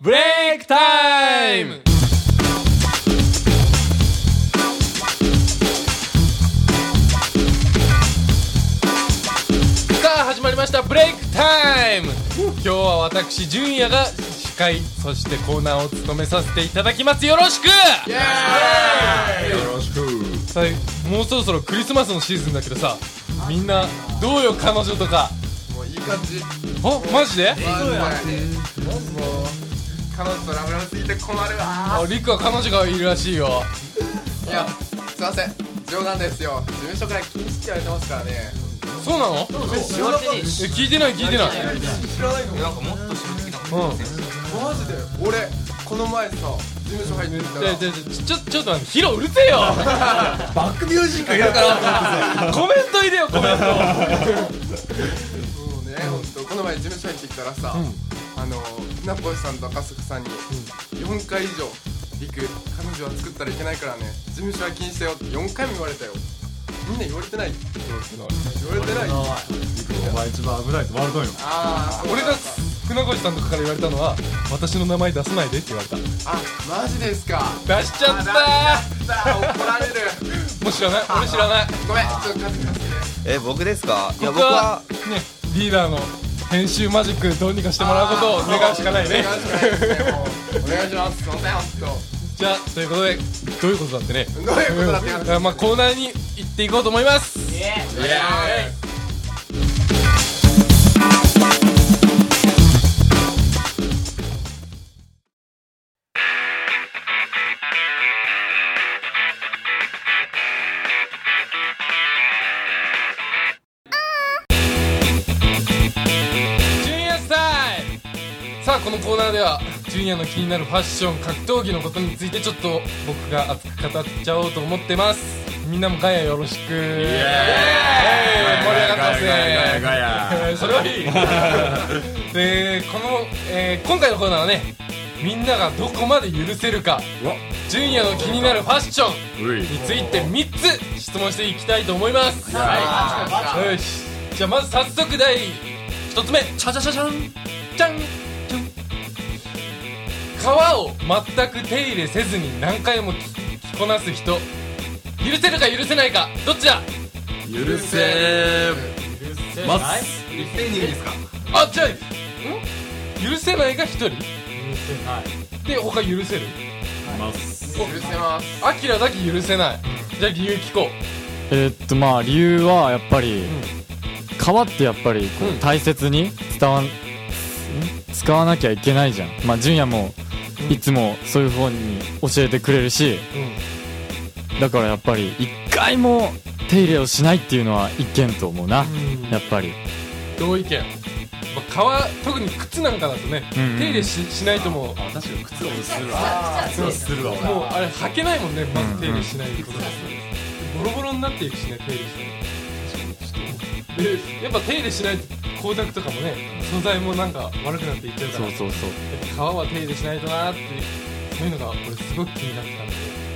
ブレイクタイムさあ始まりましたブレイクタイム今日は私純也が司会そしてコーナーを務めさせていただきますよろしくよろしくさあもうそろそろクリスマスのシーズンだけどさみんなどうよ彼女とかもういい感じあマジでマジでもう彼女とラブラブすぎて困るわあリクは彼女がいるらしいよいやすいません冗談ですよ事務所から禁止って言われてますからねそうなの知らなかったえ聞いてない聞いてない知らないのなんかもっと締め的なうんマジで俺この前さ事務所入ってきたでらででちょちょっと待ってヒロうるせえ よバックミュージックやからコメント入れよコメントそうね本当この前事務所入ってきたらさ、あの船越さんと赤坂さんに4回以上「陸彼女は作ったらいけないからね事務所は禁止だよ」って4回も言われたよみんな言われてない言われてないお前一番危ないってワールドよああ俺が船越さんとかから言われたのは私の名前出さないでって言われたあマジですか出しちゃったあだだ怒られるもう知らない俺知らないごめんちょっと数々でえ僕ですかいや僕僕ははねリーダーの編集マジックどうにかしてもらうことを願うしかないね願うしかないですねもうお願いしますすいません本じゃあということでどういうことだってね当どういうことだってうんまあコーナーに行っていこうと思いますジュニアスタイルさあこのコーナーではジュニアの気になるファッション格闘技のことについてちょっと僕が熱く語っちゃおうと思ってますみんなもガヤよろしくイエーイ盛り上がってますねガヤそれはいいでこの、えー今回のコーナーはねみんながどこまで許せるかジュニアの気になるファッションについて3つ質問していきたいと思いますはいよしじゃあまず早速第1つ目チャチャチャチャンじゃんじゃん皮を全く手入れせずに何回も着着こなす人許せるか許せないかどっちだ許せますあじゃあん許せないが1人許せないで他許せるます許せますアキラだけ許せないじゃあ理由聞こうえーっとまあ理由はやっぱり、革ってやっぱりこうんう大切に伝わんん使わなきゃいけないじゃんまあ純也もいつもそういう方に教えてくれるしだからやっぱり一回も手入れをしないっていうのは一見と思うな、んやっぱり同意見、まあ、革特に靴なんかだとね、うんうん手入れししないともうあ確かに靴をするわ靴をするわもうあれ履けないもんねまず手入れしないことうんボロボロになっていくしね手入れしないとでやっぱ手入れしないと光沢とかもね素材もなんか悪くなっていっちゃうからそうそうそうやっぱ皮は手入れしないとなーってそういうのが俺すごく気になってたんで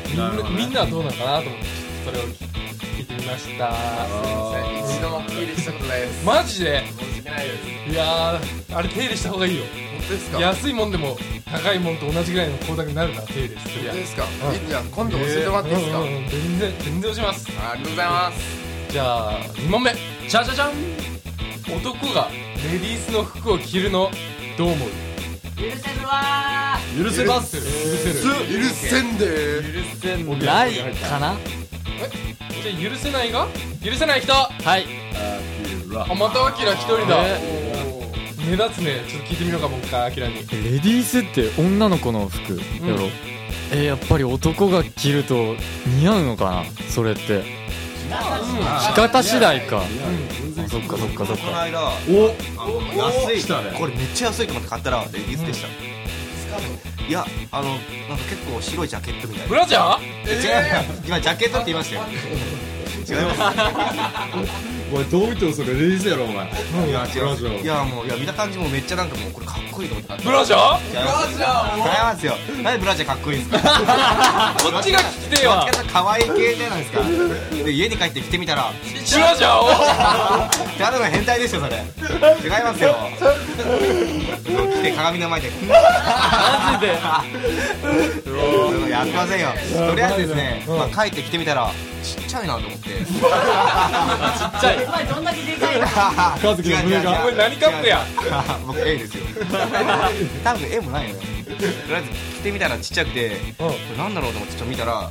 みんなるほな,、どねみんなはどうなのかなと思ってそれを聞いてみました一度もはっきりしたことないですマジで申し訳ないですいやーあれ手入れした方がいいよ本当ですか安いもんでも高いもんと同じぐらいの光沢になるから手入れす本りゃ当ですかいいじゃん今度教えてもらっていいですかうんうんうん全然全然押しますありがとうございますじゃあ2問目じゃじゃじゃん男がレディースの服を着るのどう思う許せます許せる許せんでーないかなじゃあ許せないが許せない人あはいまたアキラ一人だえ目立つねちょっと聞いてみようかもう一回アキラにレディースって女の子の服やろ、うんえーやっぱり男が着ると似合うのかなそれって着方次第かあそっかそっかそっこのか間おあのお安い来たねこれめっちゃ安いと思って買ったらレディースでした、いやあのなんか結構白いジャケットみたいブなラジャー違う今ジャケットって言いましたよ違いまお前どう見てもそれレディースやろお前すいや違いますブラジャーいやもういや見た感じもめっちゃなんかもうこれかっこいいと思って買ったブラジャーブラジャー違いますよなんでブラジャーかっこいいんですかこっちが聞きてえわどっちかっていうと可愛い系じゃないですかで家に帰って着てみたらブラジャーをただの変態でしょそれ違いますよ着て鏡の前でなんでいやあきませんよとりあえずですね、うんまあ、帰ってきてみたらちっちゃいなと思ってちっちゃいお前どんだけでかいの和樹の胸がお前何カップや 僕 A ですよ多分 A もないのよとりあえず着てみたらちっちゃくてうんこれなんだろうと思ってちょっと見たら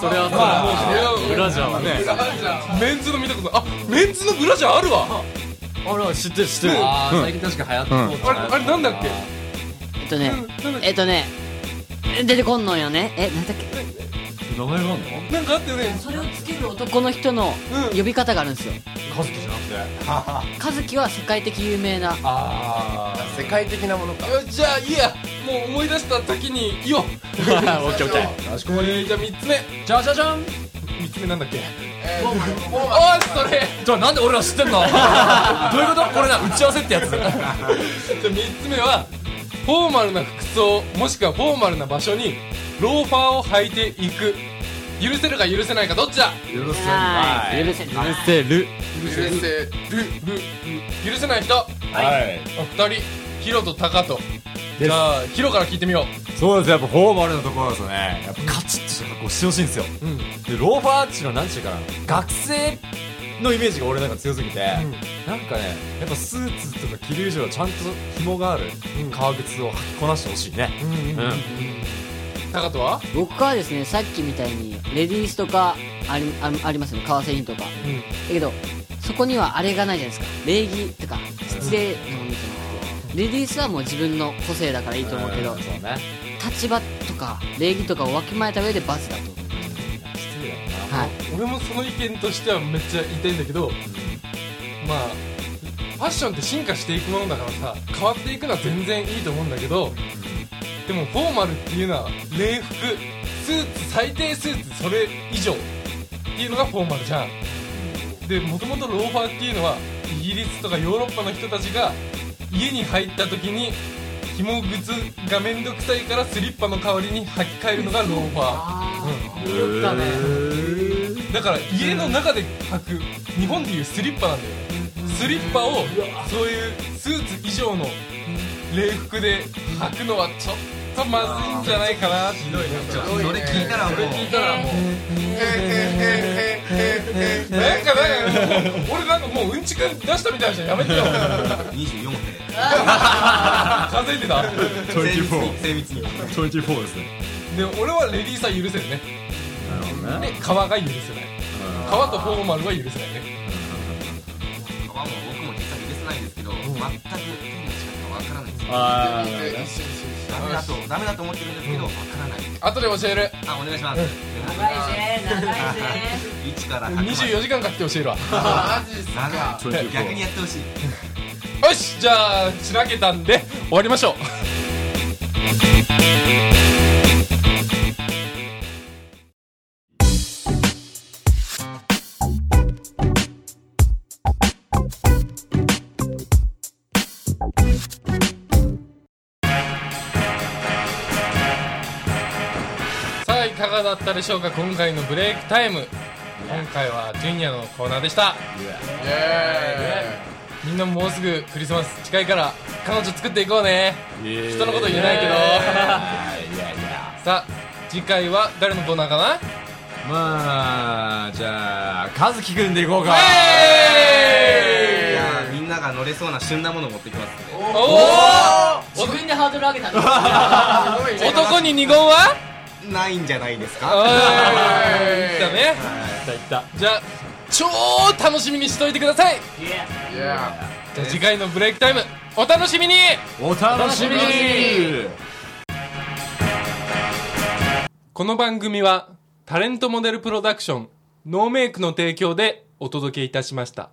それはまあそうだブラジャーはねメンズの見たことないあメンズのブラジャーあるわ俺は知ってる知ってるあうーん最近確か流行ってあれあれなんだっけえっとねえっとね出てこんのよねえなんだっけ名前があんのなんかあったよねそれをつける男の人のうん呼び方があるんですよカズキじゃなくて和樹は世界的有名なああ世界的なものかよじゃあいいやもう思い出した時にいいよオッケーオッケーかしこまえーじゃあ3つ目じゃじゃじゃん3つ目なんだっけボーマあーそれじゃあなんで俺ら知ってんの どういうことこれな打ち合わせってや つじゃあ3つ目はフォーマルな服装もしくはフォーマルな場所にローファーを履いていく許せるか許せないかどっちだ許せはないい許せない許せる許せるルルル許せない人あはい2人ヒロとタカとじゃあヒロから聞いてみよそうですやっぱフォーマルなところですよねやっぱカチッとした格好してほしいんですよううんでローファーっちのなんちゅうかな学生のイメージが俺なんか強すぎて、なんかねやっぱスーツとか着る以上はちゃんと紐がある革靴を履きこなしてほしいねうん、タカとは僕はですねさっきみたいにレディースとかありあありますよね革製品とか、んだけどそこにはあれがないじゃないですか礼儀とか失礼なものじゃなくてレディースはもう自分の個性だからいいと思うけど、そうね立場とか礼儀とかをわきまえた上で罰だと思う失礼だなはい俺もその意見としてはめっちゃ言いたいんだけどまあファッションって進化していくものだからさ変わっていくのは全然いいと思うんだけどでもフォーマルっていうのは礼服スーツ最低スーツそれ以上っていうのがフォーマルじゃんでもともとローファーっていうのはイギリスとかヨーロッパの人たちが家に入った時に紐靴がめんどくさいからスリッパの代わりに履き替えるのがローファ言ーったねだから家の中で履く日本でいうスリッパなんだよねスリッパをそういうスーツ以上の礼服で履くのはちょっとまずいんじゃないかなってひどいねそれ聞いたらもう聞いたらもうへへへへへへなんか なんかもう俺なんかもううんちく出したみたいじゃんやめてよ24で数えてた精密に精密に24ですねで俺はレディーさん許せるねなるほどねで革が許せない革とフォーマルは許せないね革も僕も実は許せないんですけど、全く手の仕方がわからないんですよあ 一緒一緒ダメだとダメだと思ってるんですけどわからない後で教えるあお願いします長いぜ一から24時間かけて教えるわ一緒マジっすなかる逆にやってほしいよしじゃあしらけたんで終わりましょうさあいかがだったでしょうか今回のブレイクタイム今回はジュニアのコーナーでしたイエみんなもうすぐクリスマス近いから彼女作っていこうね人のこと言えないけどさあ次回は誰のコーナーかなま あじゃあ和樹くんでいこうかいえやーみんなが乗れそうな旬なものを持ってきますんでーお自分でハードル上げたのーお男に二言はないんじゃないですおかいだねじゃあ超楽しみにしといてくださいイエーじゃあ次回のブレイクタイムお楽しみにお楽しみにこの番組はタレントモデルプロダクションノーメイクの提供でお届けいたしました